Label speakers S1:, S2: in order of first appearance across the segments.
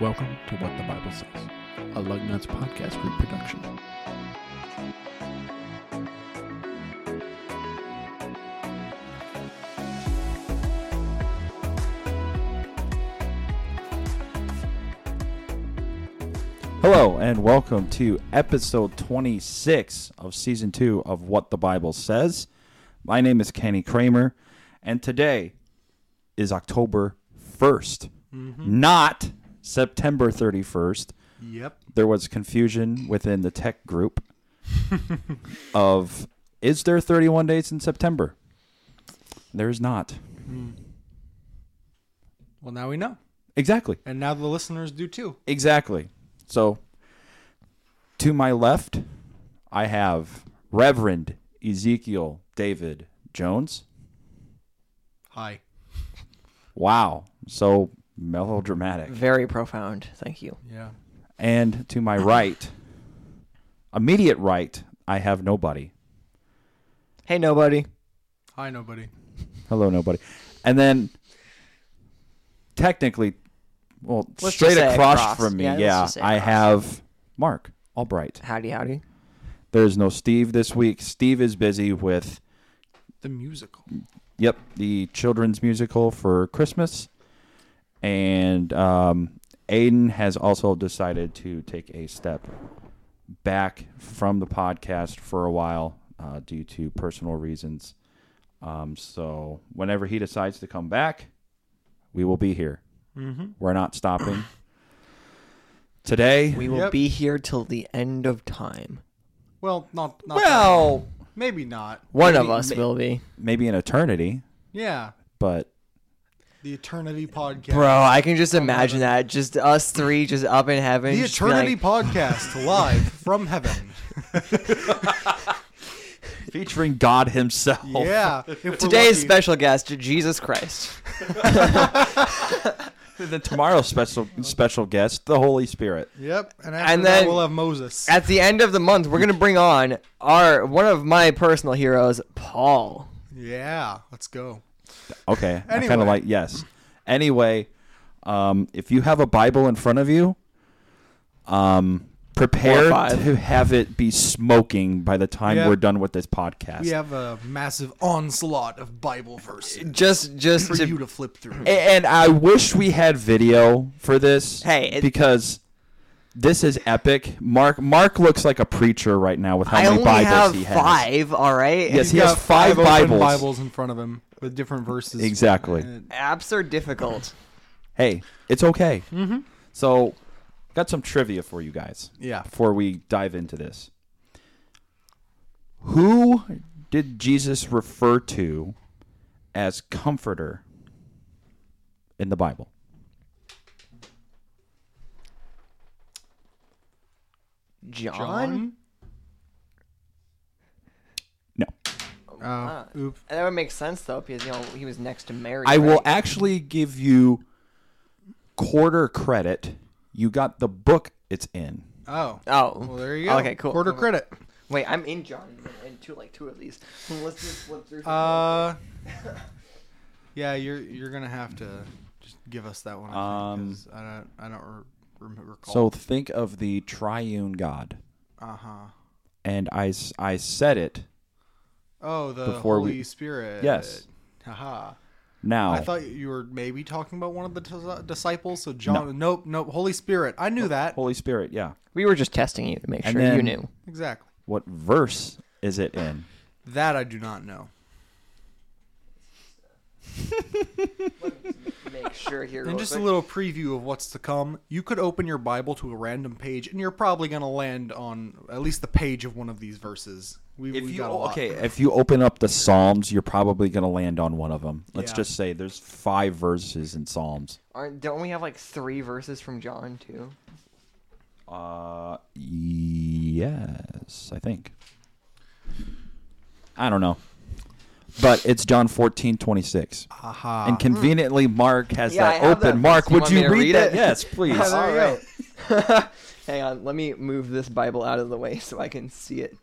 S1: Welcome to What the Bible Says, a Lugnuts Podcast Group production.
S2: Hello and welcome to episode 26 of season 2 of What the Bible Says. My name is Kenny Kramer and today is October 1st, not September 31st.
S1: Yep.
S2: There was confusion within the tech group of is there 31 days in September? There is not.
S1: Well, now we know.
S2: Exactly.
S1: And now the listeners do too.
S2: Exactly. So, to my left, I have Reverend Ezekiel David Jones.
S1: Hi.
S2: Wow. So melodramatic.
S3: Very profound. Thank you.
S1: Yeah.
S2: And to my right, immediate right, I have nobody.
S3: Hey, nobody.
S1: Hi, nobody.
S2: Hello, nobody. And then, technically, well,
S3: Let's
S2: straight
S3: just say
S2: across,
S3: across.
S2: from me,
S3: Yeah,
S2: yeah,
S3: let's just say
S2: I
S3: across.
S2: have Mark Albright.
S3: Howdy, howdy.
S2: There's no Steve this week. Steve is busy with
S1: The musical.
S2: Yep, the children's musical for Christmas. And um, Aiden has also decided to take a step back from the podcast for a while uh, due to personal reasons. Um, so whenever he decides to come back, we will be here.
S1: Mm-hmm.
S2: We're not stopping. Today,
S3: We will
S1: Yep.
S3: be here till the end of time.
S1: Well, not. not
S3: Well,
S1: maybe not.
S3: one
S2: Maybe-
S3: of us
S2: may-
S3: will be.
S2: maybe an eternity,
S1: Yeah.
S2: but
S1: The Eternity Podcast.
S3: Bro, I can just imagine that. Just us three, just up in heaven.
S1: The
S3: just be like-
S1: Eternity Podcast live from heaven.
S2: featuring God Himself.
S1: Yeah. If we're
S3: Today's
S1: lucky.
S3: special guest, Jesus Christ.
S2: And then tomorrow's special special guest, the Holy Spirit.
S1: Yep. And, after
S3: And
S1: that,
S3: then-
S1: we'll have Moses.
S3: At the end of the month, we're gonna bring on our one of my personal heroes, Paul.
S1: yeah. Let's go.
S2: Okay. I kind
S1: Anyway.
S2: of like yes. Anyway, um, if you have a Bible in front of you, um, prepare
S3: Or five.
S2: to have it be smoking by the time
S1: Yeah.
S2: we're done with this podcast.
S1: We have a massive onslaught of Bible verses
S3: Just, just
S1: for
S3: to,
S1: you to flip through.
S2: A- And I wish we had video for this.
S3: Hey, it-
S2: because this is epic. Mark Mark looks like a preacher right now with how
S3: I
S2: many
S3: only
S2: Bibles
S3: have
S2: he has.
S3: five. All right.
S2: Yes, he
S1: He's
S2: has
S1: got
S2: five,
S1: open
S2: Bibles.
S1: Bibles in front of him with different verses.
S2: Exactly.
S1: And
S3: apps are difficult.
S2: Hey, it's okay. Mm-hmm. So, got some trivia for you guys.
S1: Yeah.
S2: Before we dive into this, who did Jesus refer to as comforter in the Bible?
S3: John.
S1: John.
S2: No.
S1: Oh, oop.
S3: That would make sense though, because you know he was next to Mary.
S2: I will
S3: right?
S2: actually give you quarter credit. You got the book it's in.
S1: Oh.
S3: Oh,
S1: Well, there you go.
S3: Okay, cool.
S1: Quarter
S3: Okay.
S1: credit.
S3: Wait, I'm in John and two like two of these. Let's just flip through.
S1: Uh. Yeah, you're you're gonna have to just give us that one. I, think,
S2: Um,
S1: 'cause I don't I don't re- rem- recall.
S2: So think of the triune God.
S1: uh huh.
S2: And I, s- I said it
S1: Oh, the
S2: Before we-
S1: Holy Spirit.
S2: Yes. Oh.
S1: Haha.
S2: now.
S1: I thought you were maybe talking about one of the dis- disciples. So John. Nope. Nope. Holy Spirit. I knew that.
S2: Holy Spirit, yeah.
S3: we were just testing you to make
S2: And
S3: sure you
S2: then-
S3: knew.
S1: Exactly.
S2: What verse is it in?
S1: That I do not know.
S3: Make sure here.
S1: And just a little preview of what's to come. You could open your Bible to a random page, and you're probably going to land on at least the page of one of these verses. We,
S2: If
S1: we
S2: you
S1: got a lot.
S2: okay, uh, if you open up the Psalms, you're probably going to land on one of them. Let's
S1: Yeah.
S2: just say there's five verses in Psalms.
S3: Aren't, don't we have like three verses from John too?
S2: Uh, yes, I think. I don't know, but it's John 14, 26.
S1: aha. Hmm.
S2: and conveniently, Mark has
S3: Yeah, I
S2: that
S3: have
S2: open.
S3: that
S2: Mark,
S3: verse. You
S2: would
S3: want
S2: you
S3: me to
S2: read,
S3: read
S2: that?
S3: it?
S2: Yes, please.
S1: Yeah, there you go.
S3: right. Hang on, let me move this Bible out of the way so I can see it.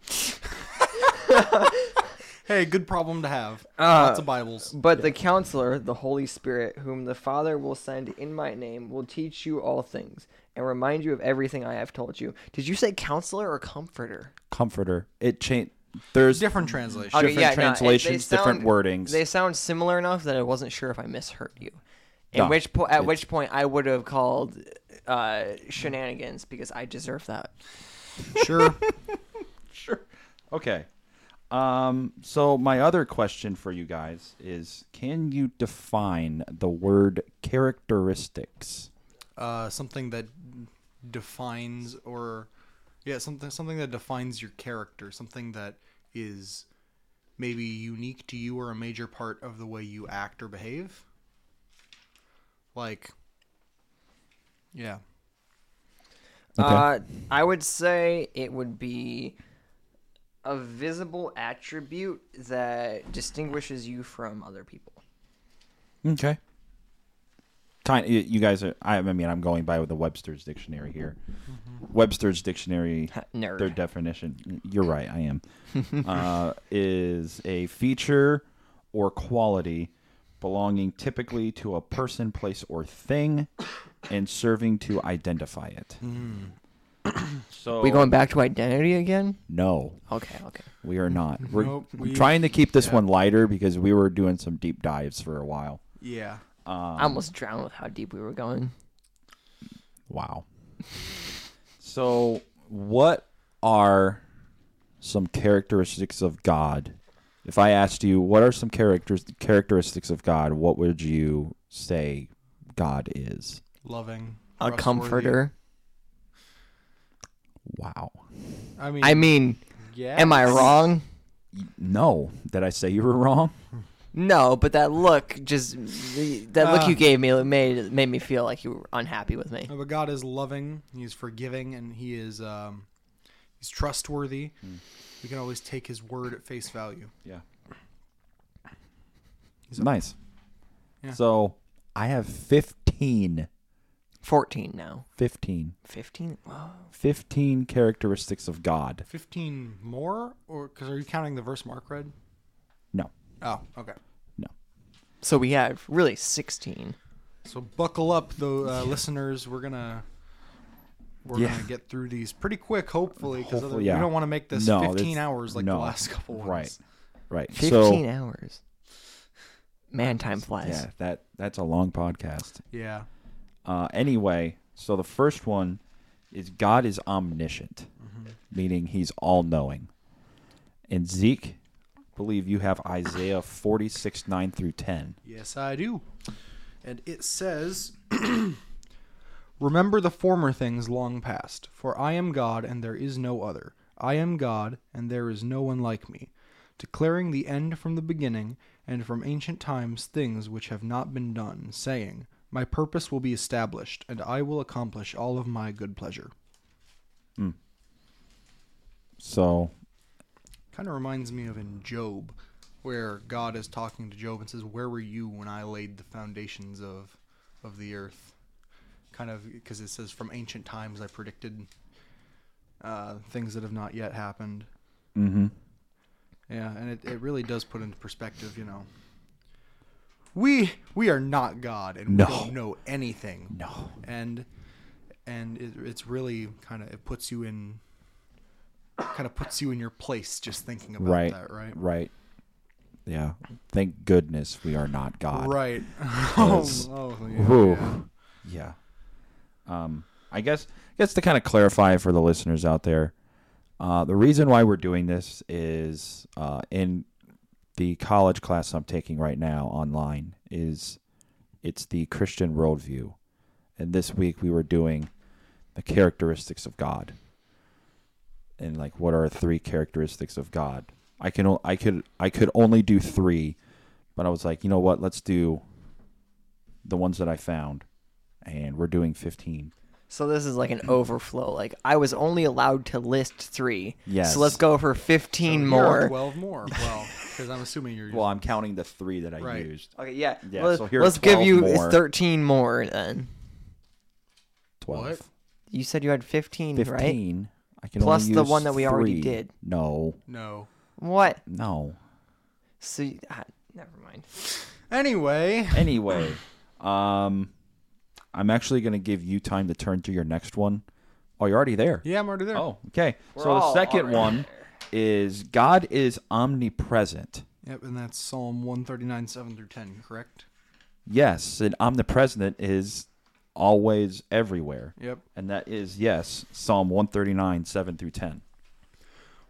S1: hey, good problem to have.
S2: uh,
S1: Lots of Bibles.
S3: But the counselor, the Holy Spirit, whom the Father will send in my name, will teach you all things and remind you of everything I have told you. Did you say counselor or comforter?
S2: Comforter. It changed. There's
S1: Different translation.
S2: Different
S3: no, it- they
S2: translations, different wordings.
S3: They sound similar enough that I wasn't sure if I misheard you. In
S2: No,
S3: which po- at
S2: it's-
S3: which point I would have called uh, shenanigans because I deserve that.
S1: Sure.
S2: Okay. Um, so my other question for you guys is can you define the word characteristics?
S1: uh, something that defines or yeah something something that defines your character something that is maybe unique to you or a major part of the way you act or behave like yeah
S3: Uh, I would say it would be a visible attribute that distinguishes you from other people.
S2: Okay. Tiny, you- you guys are. I I mean, I'm going by with the Webster's dictionary here.
S1: Mm-hmm.
S2: Webster's dictionary,
S3: nerd.
S2: their definition. You're right. I am. uh, is a feature or quality belonging typically to a person, place, or thing, and serving to identify it.
S1: Hmm.
S2: so
S3: We going back to identity again?
S2: no.
S3: Okay, okay.
S2: We are not. We're
S1: Nope, we-
S2: trying to keep this
S1: yeah.
S2: one lighter because we were doing some deep dives for a while.
S1: yeah
S3: I almost drowned with how deep we were going.
S2: Wow. so, what are some characteristics of God? If I asked you, what are some characters characteristics of God? What would you say God is?
S1: loving
S3: A
S1: trustworthy.
S3: comforter.
S2: Wow.
S1: i mean
S3: I mean,
S1: yeah
S3: am I wrong?
S2: No, did I say you were wrong?
S3: No, but that look just that look
S1: Ah.
S3: you gave me made made me feel like you were unhappy with me.
S1: No, but God is loving, He's forgiving, and He is um, He's trustworthy.
S2: Hmm.
S1: You can always take His word at face value.
S2: Yeah. Nice.
S1: Yeah.
S2: So, I have 15
S3: 14 now.
S2: 15
S3: 15. Wow.
S2: 15 characteristics of God.
S1: Fifteen more, or because are you counting the verse Mark read?
S2: No.
S1: Oh, okay.
S2: No.
S3: So we have really 16.
S1: So buckle up, though, uh, listeners. We're gonna we're
S2: Yeah.
S1: gonna get through these pretty quick, hopefully, because
S2: Hopefully,
S1: we
S2: yeah.
S1: don't want to make this
S2: No,
S1: fifteen
S2: that's-
S1: hours like
S2: no.
S1: the last couple ones.
S2: Right. Right.
S3: 15
S2: so,
S3: hours. Man, time flies.
S2: yeah, that that's a long podcast.
S1: Yeah.
S2: Uh, anyway, so the first one is God is omniscient,
S1: Mm-hmm.
S2: meaning he's all knowing. And Zeke, I believe you have Isaiah 46 9 through 10.
S1: Yes, I do. And it says, Remember the former things long past, for I am God and there is no other. I am God and there is no one like me, declaring the end from the beginning and from ancient times things which have not been done, saying, My purpose will be established, and I will accomplish all of my good pleasure.
S2: So,
S1: Kind of reminds me of in Job, where God is talking to Job and says, "Where were you when I laid the foundations of of the earth?" Kind of because it says, "From ancient times I predicted uh, things that have not yet happened."
S2: mm-hmm.
S1: Yeah, and it, it really does put into perspective, you know. We we are not God, and
S2: No.
S1: we don't know anything.
S2: No.
S1: and and it, it's really kind of it puts you in kind of puts you in your place just thinking about
S2: right,
S1: that, right?
S2: Right. Yeah. Thank goodness we are not God.
S1: Right. Oh,
S2: Because-
S1: oh,
S2: Ooh.
S1: yeah, yeah.
S2: Yeah. Um, I guess I guess to kind of clarify for the listeners out there, uh, the reason why we're doing this is uh, in the college class I'm taking right now online is it's the Christian worldview, and this week we were doing the characteristics of God, and like what are three characteristics of God. I can o- I could I could only do three, but I was like, you know what? Let's do the ones that I found, and we're doing 15.
S3: So this is like an overflow. Like I was only allowed to list 3.
S2: Yes.
S3: So let's go for 15
S1: Here are
S3: more.
S1: Twelve more. Well, because I'm assuming you're.
S2: Well, I'm counting the three that I
S1: Right.
S2: used.
S3: Okay, yeah.
S2: Yeah,
S3: let's
S2: so here are
S3: let's give
S2: 12
S3: you
S2: more.
S3: 13 more then.
S2: 12.
S1: What?
S3: You said you had 15, right?
S2: 15. I can
S3: Plus
S2: only
S3: the
S2: use
S3: one that we already
S2: three.
S3: did.
S2: No,
S1: no.
S3: What?
S2: no.
S3: So you- ah, never mind.
S1: Anyway,
S2: Anyway, um, I'm actually going to give you time to turn to your next one. Oh, you're already there.
S1: yeah, I'm already there.
S2: Oh, okay.
S3: We're
S2: so the
S3: all
S2: second
S3: already
S2: one is God is omnipresent.
S1: Yep, and that's Psalm 139, 7 through 10, correct?
S2: Yes, and omnipresent is always everywhere.
S1: Yep.
S2: And that is yes, Psalm 139, 7 through 10.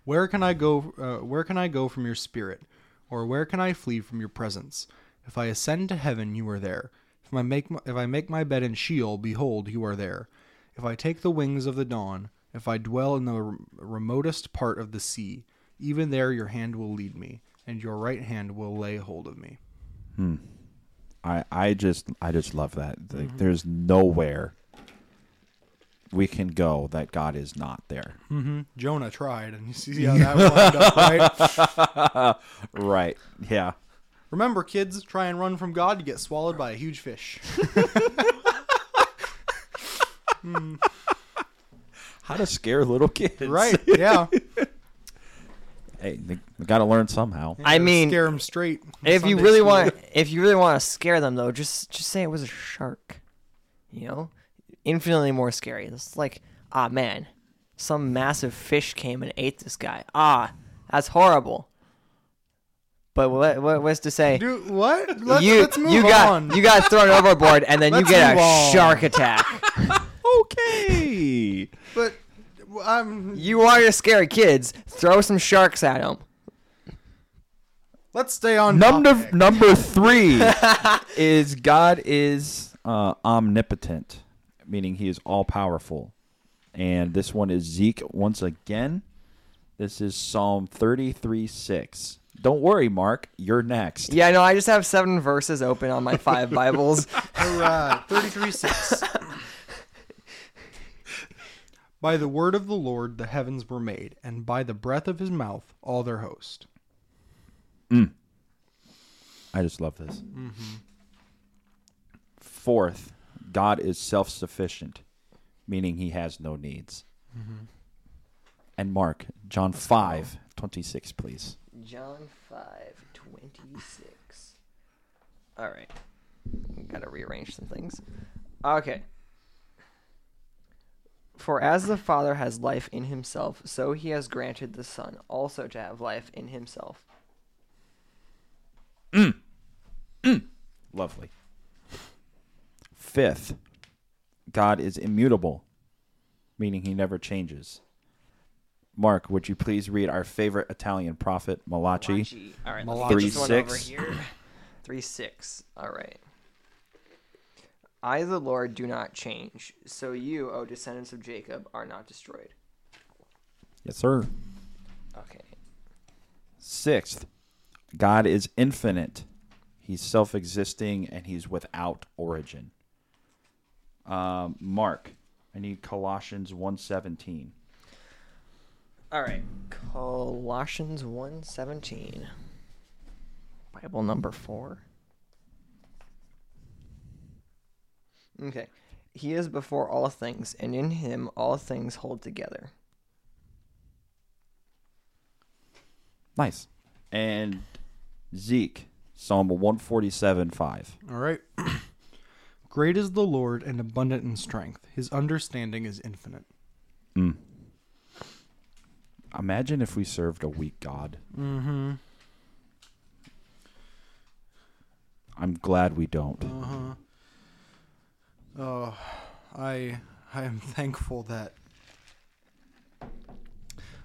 S1: Where can I go? Uh, where can I go from your spirit, or where can I flee from your presence? If I ascend to heaven, you are there. If I make my, if I make my bed in Sheol, behold, you are there. If I take the wings of the dawn, if I dwell in the rem- remotest part of the sea, even there your hand will lead me, and your right hand will lay hold of me.
S2: I I just I just love that. Like, There's nowhere we can go that God is not there.
S1: Mm-hmm. Jonah tried, and you see how that wound up, right?
S2: Right. Yeah.
S1: Remember, kids, try and run from God, you get swallowed by a huge fish.
S2: How to scare little kids.
S1: right? Yeah.
S2: Hey, they, they got to learn somehow.
S3: I mean,
S1: scare them straight.
S3: if you
S1: Sunday
S3: really
S1: school.
S3: want, if you really want to scare them though, just just say it was a shark. You know, infinitely more scary. It's like, ah man, some massive fish came and ate this guy. Ah, that's horrible. But what what was to say?
S1: Dude, what? Let's,
S3: you
S1: let's move
S3: you got
S1: on.
S3: you got thrown overboard and then you
S1: Let's
S3: get a
S1: move on.
S3: shark attack.
S2: Okay.
S1: but um,
S3: you want to scare kids? Throw some sharks at them.
S1: let's stay on
S2: number
S1: topic.
S2: number 3 is God is uh, omnipotent, meaning he is all powerful. And this one is Zeke once again. This is Psalm 33 6. Don't worry, Mark. You're next.
S3: Yeah, no, I just have seven verses open on my five Bibles.
S1: All right, uh, thirty-three six. by the word of the Lord the heavens were made, and by the breath of his mouth all their host.
S2: I just love this. Fourth, God is self sufficient, meaning he has no needs. And Mark, John 5 26, please.
S3: John 5 26. Alright. Gotta rearrange some things. Okay. For as the Father has life in himself, so he has granted the Son also to have life in himself.
S2: Lovely. Fifth, God is immutable, meaning he never changes. Mark, would you please read our favorite Italian prophet, Malachi?
S3: Malachi. All right,
S1: Malachi.
S3: let's get this one over
S2: 3-6.
S3: here. Three six. All right. I, the Lord, do not change. So you, O descendants of Jacob, are not destroyed.
S2: Yes, sir.
S3: Okay.
S2: Sixth, God is infinite. He's self existing and he's without origin. Um, Mark, I need Colossians 117.
S3: All right. Colossians 1:17. Bible number 4. Okay. He is before all things, and in him all things hold together.
S2: Nice. And Zeke, Psalm 147 5.
S1: All right. Great is the Lord and abundant in strength. His understanding is infinite.
S2: Imagine if we served a weak God. Mm-hmm. I'm glad we don't.
S1: Uh-huh. Oh, I I am thankful that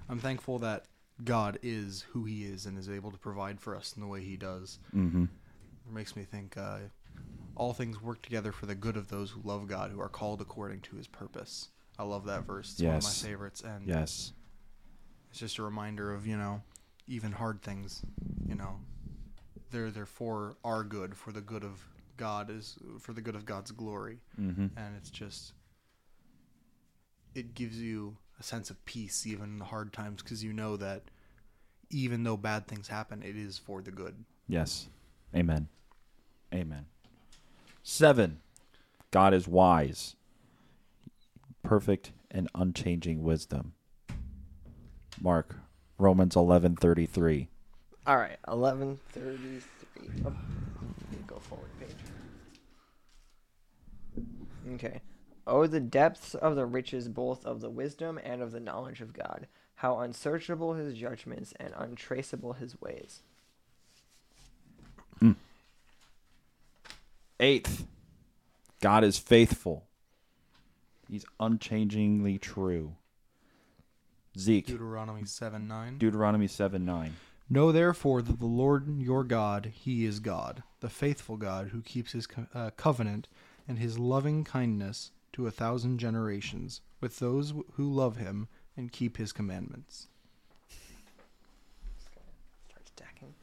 S1: I'm thankful that God is who He is and is able to provide for us in the way He does. Mm-hmm. It makes me think uh, all things work together for the good of those who love God, who are called according to His purpose. I love that verse. It's one of my
S2: Yes.
S1: favorites, and
S2: Yes.
S1: it's just a reminder of you know, even hard things, you know, they're they're for our good, for the good of God is for the good of God's glory
S2: Mm-hmm.
S1: and it's just it gives you a sense of peace even in the hard times because you know that even though bad things happen it is for the good
S2: Yes. Amen. Amen. Seven. God is wise, perfect and unchanging wisdom. Mark, Romans eleven thirty three.
S3: All right, eleven thirty-three. Oh, go forward page. Okay. Oh, the depths of the riches both of the wisdom and of the knowledge of God! How unsearchable His judgments and untraceable His ways!
S2: Eighth, God is faithful. He's unchangingly true. Zeke,
S1: Deuteronomy 7 9.
S2: Deuteronomy 7 9.
S1: Know therefore that the Lord your God, He is God, the faithful God who keeps His co- uh, covenant and His loving kindness to a thousand generations with those wh- who love Him and keep His commandments.
S3: Start stacking.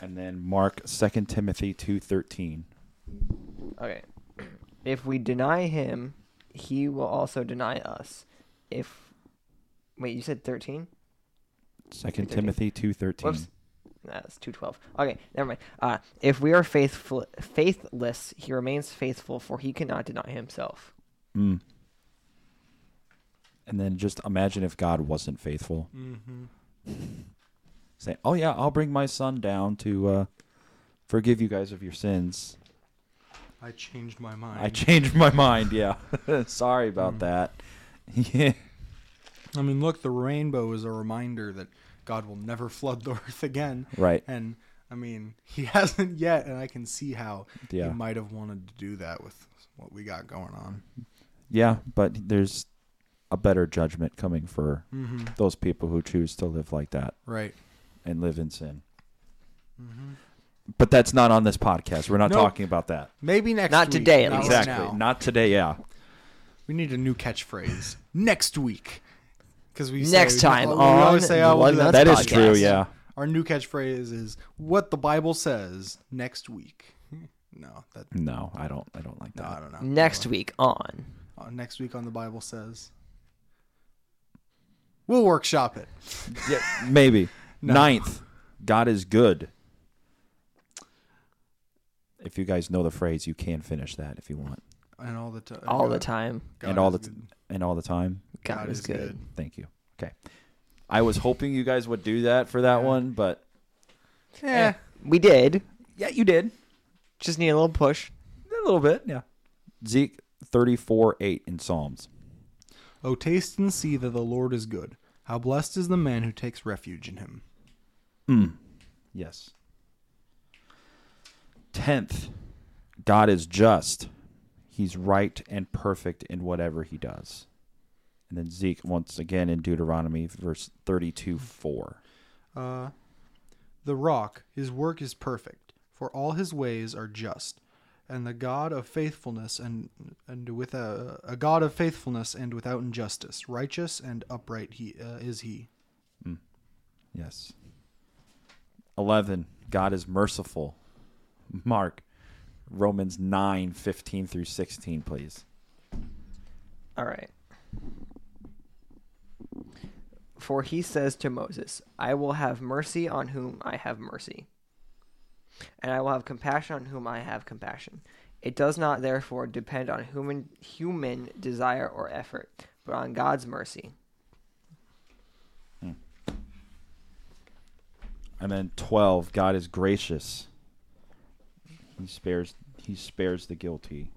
S2: And then Mark, Second Timothy 2 13.
S3: Okay. If we deny him, he will also deny us. If wait, you said thirteen?
S2: Second
S3: 2:13.
S2: Timothy two
S3: Whoops.
S2: thirteen.
S3: That's two twelve. Okay, never mind. Uh, if we are faithful, faithless, he remains faithful, for he cannot deny himself.
S2: Mm. And then just imagine if God wasn't faithful.
S1: Mm-hmm.
S2: Say, oh yeah, I'll bring my son down to uh, forgive you guys of your sins.
S1: I changed my mind.
S2: I changed my mind. Yeah, sorry
S1: Mm.
S2: about that. yeah.
S1: I mean, look, the rainbow is a reminder that God will never flood the earth again.
S2: Right.
S1: And I mean, He hasn't yet, and I can see how
S2: Yeah.
S1: He might have wanted to do that with what we got going on.
S2: Yeah, but there's a better judgment coming for
S1: Mm-hmm.
S2: those people who choose to live like that
S1: Right.
S2: and live in sin. But that's not on this podcast. We're not
S1: Mm-hmm. Nope.
S2: talking about that.
S1: Maybe next
S3: Not
S1: week.
S3: today, at
S1: not
S3: least.
S1: right
S2: exactly.
S1: now.
S2: Not today, yeah.
S1: We need a new catchphrase. next week. Because we
S3: Next
S1: say,
S3: time
S1: we always
S3: on
S1: say, oh, we'll do that
S3: One Nuts
S2: That is
S1: next
S3: podcast.
S2: true,
S1: week.
S2: yeah.
S1: Our new catchphrase is what the Bible says next week. No, that
S2: No, I don't I don't like
S1: no, I
S2: that.
S1: don't know.
S3: Next week Oh, on.
S1: Uh, next week on the Bible says. We'll workshop it.
S2: Yeah, maybe. Ninth, God is good. If you guys know the phrase, you can finish that if you want.
S1: And all the time.
S3: All the time,
S2: and all the t- and all the time.
S3: God, is good.
S2: Thank you. Okay. I was hoping you guys would do that for that one, but
S1: Yeah.
S3: We did.
S2: Eh, yeah, you did.
S3: Just need a little push.
S2: A little bit, yeah. Zeke 34 8 in Psalms.
S1: Oh, taste and see that the Lord is good. How blessed is the man who takes refuge in him.
S2: Yes. 10th, God is just. He's right and perfect in whatever he does. And then Zeke once again in Deuteronomy verse 32 4.
S1: Uh, the rock, his work is perfect, for all his ways are just, and the God of faithfulness and and with a, a God of faithfulness and without injustice, righteous and upright he uh, is he.
S2: Yes. 11. God is merciful. Mark Romans 9 15 through 16, please.
S3: All right. For he says to Moses, I will have mercy on whom I have mercy, and I will have compassion on whom I have compassion. It does not therefore depend on human human desire or effort, but on God's mercy.
S2: And then 12. God is gracious. He spares he spares the guilty.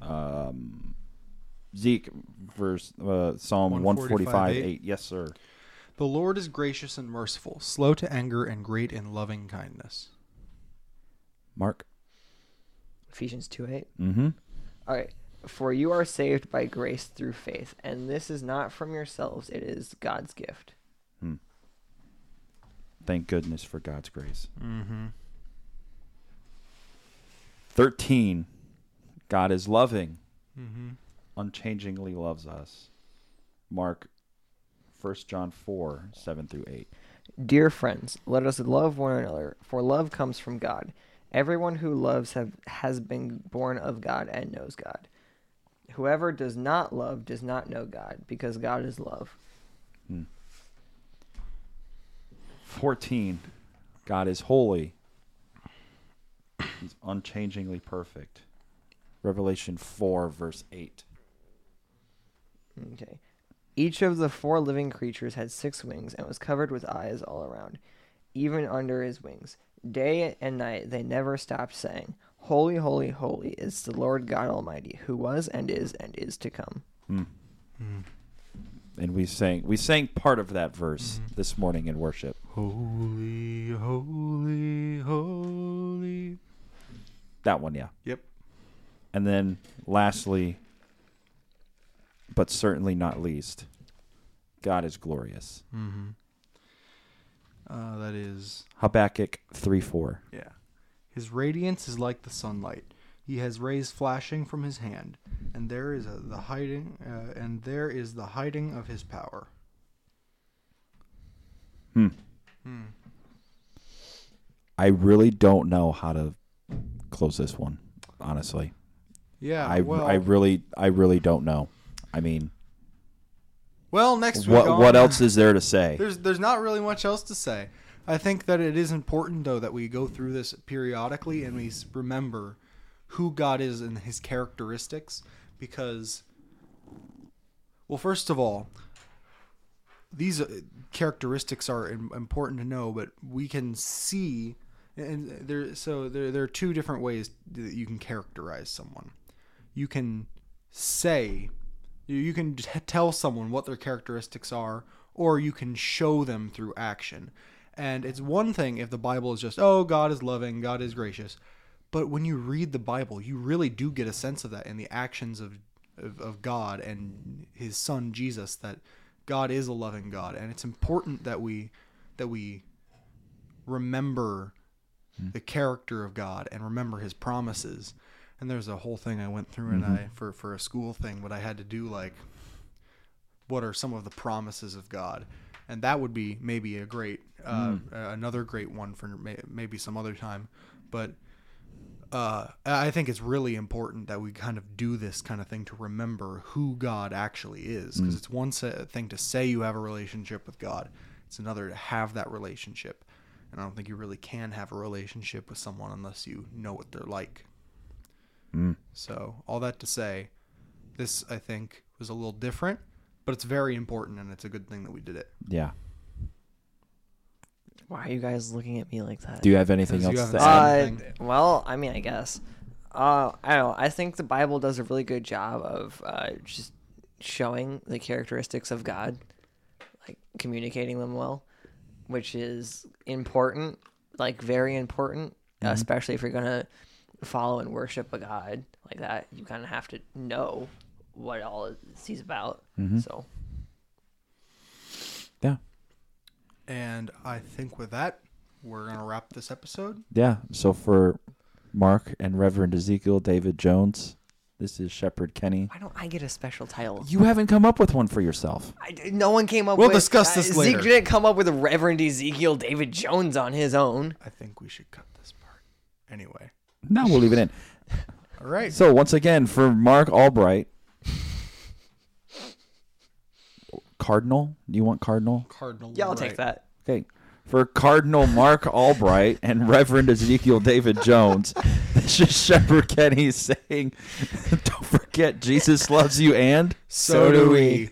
S2: Um Zeke verse uh, Psalm 145 8.
S1: 145:8.
S2: Yes, sir.
S1: The Lord is gracious and merciful, slow to anger and great in loving kindness.
S2: Mark.
S3: Ephesians two eight.
S2: Mm-hmm.
S3: All right. For you are saved by grace through faith, and this is not from yourselves, it is God's gift.
S2: Thank goodness for God's grace.
S1: Mm-hmm.
S2: 13. God is loving.
S1: Mm-hmm.
S2: unchangingly loves us. Mark, 1 John 4, 7 through 8.
S3: Dear friends, let us love one another, for love comes from God. Everyone who loves have, has been born of God and knows God. Whoever does not love does not know God, because God is love.
S2: 14. God is holy. He's unchangingly perfect. Revelation 4, verse 8.
S3: Okay. Each of the four living creatures had six wings and was covered with eyes all around. even under his wings. Day and night they never stopped saying, Holy, holy, holy is the Lord God Almighty, who was and is and is to come.
S2: And we sang we sang part of that verse this morning in worship.
S1: Holy, holy, holy.
S2: That one, yeah.
S1: Yep.
S2: And then lastly, but certainly not least, God is glorious.
S1: Uh, that is
S2: Habakkuk 3 4.
S1: Yeah. His radiance is like the sunlight. He has rays flashing from his hand, and there is a, the hiding, uh, and there is the hiding of his power.
S2: I really don't know how to close this one, honestly.
S1: Yeah.
S2: I,
S1: well,
S2: I really I really don't know. I mean,
S1: well, next week.
S2: what
S1: on-
S2: what else is there to say?
S1: There's there's not really much else to say. I think that it is important though that we go through this periodically and we s- remember who God is and his characteristics because well first of all these uh, characteristics are im- important to know but we can see and there so there, there are two different ways that you can characterize someone you can say you- you can t- tell someone what their characteristics are or you can show them through action and it's one thing if the bible is just oh god is loving god is gracious but when you read the bible you really do get a sense of that in the actions of of, of god and his son jesus that god is a loving god and it's important that we that we remember the character of God and remember his promises. And there's a whole thing I went through and I for for a school thing, but I had to do like what are some of the promises of God? And that would be maybe a great uh, uh, another great one for may, maybe some other time, but uh, I think it's really important that we kind of do this kind of thing to remember who God actually is, because it's one sa- thing to say you have a relationship with God; it's another to have that relationship. And I don't think you really can have a relationship with someone unless you know what they're like. So, all that to say, this I think was a little different, but it's very important, and it's a good thing that we did it.
S2: Yeah.
S3: Why are you guys looking at me like that?
S2: Do you have anything
S1: Because you
S2: else to
S1: haven't
S2: add?
S1: said
S3: Uh,
S1: anything.
S3: well, I mean, I guess. Uh, I don't know. I think the Bible does a really good job of uh, just showing the characteristics of God, like communicating them well, which is important, like very important, especially if you're gonna follow and worship a God like that. You kind of have to know what all he's about. So
S2: yeah.
S1: And I think with that, we're gonna wrap this episode.
S2: Yeah. So for Mark and Reverend Ezekiel David Jones, this is Shepherd Kenny.
S3: why don't I get a special title?
S2: You haven't come up with one for yourself.
S3: I, no one came up
S1: We'll
S3: with uh,
S1: discuss this
S3: Zeke
S1: later.
S3: didn't come up with Reverend Ezekiel David Jones on his own.
S1: I think we should cut this part. Anyway,
S2: No, we'll leave it in.
S1: all right.
S2: So once again, for Mark Albright, Cardinal. Do you want Cardinal?
S1: Cardinal.
S3: Yeah, I'll
S1: Wright.
S3: take that.
S2: Okay. For Cardinal Mark Albright and Reverend Ezekiel David Jones, this is Shepherd Kenny saying, "Don't forget, Jesus loves you, and
S1: So do we.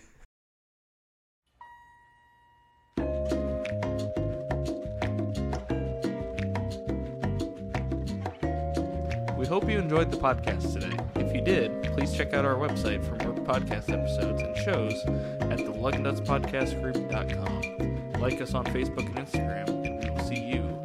S4: We hope you enjoyed the podcast today. If you did, please check out our website for more podcast episodes and shows at the Lucknutspodcastgroup.com. Like us on Facebook and Instagram, and we will see you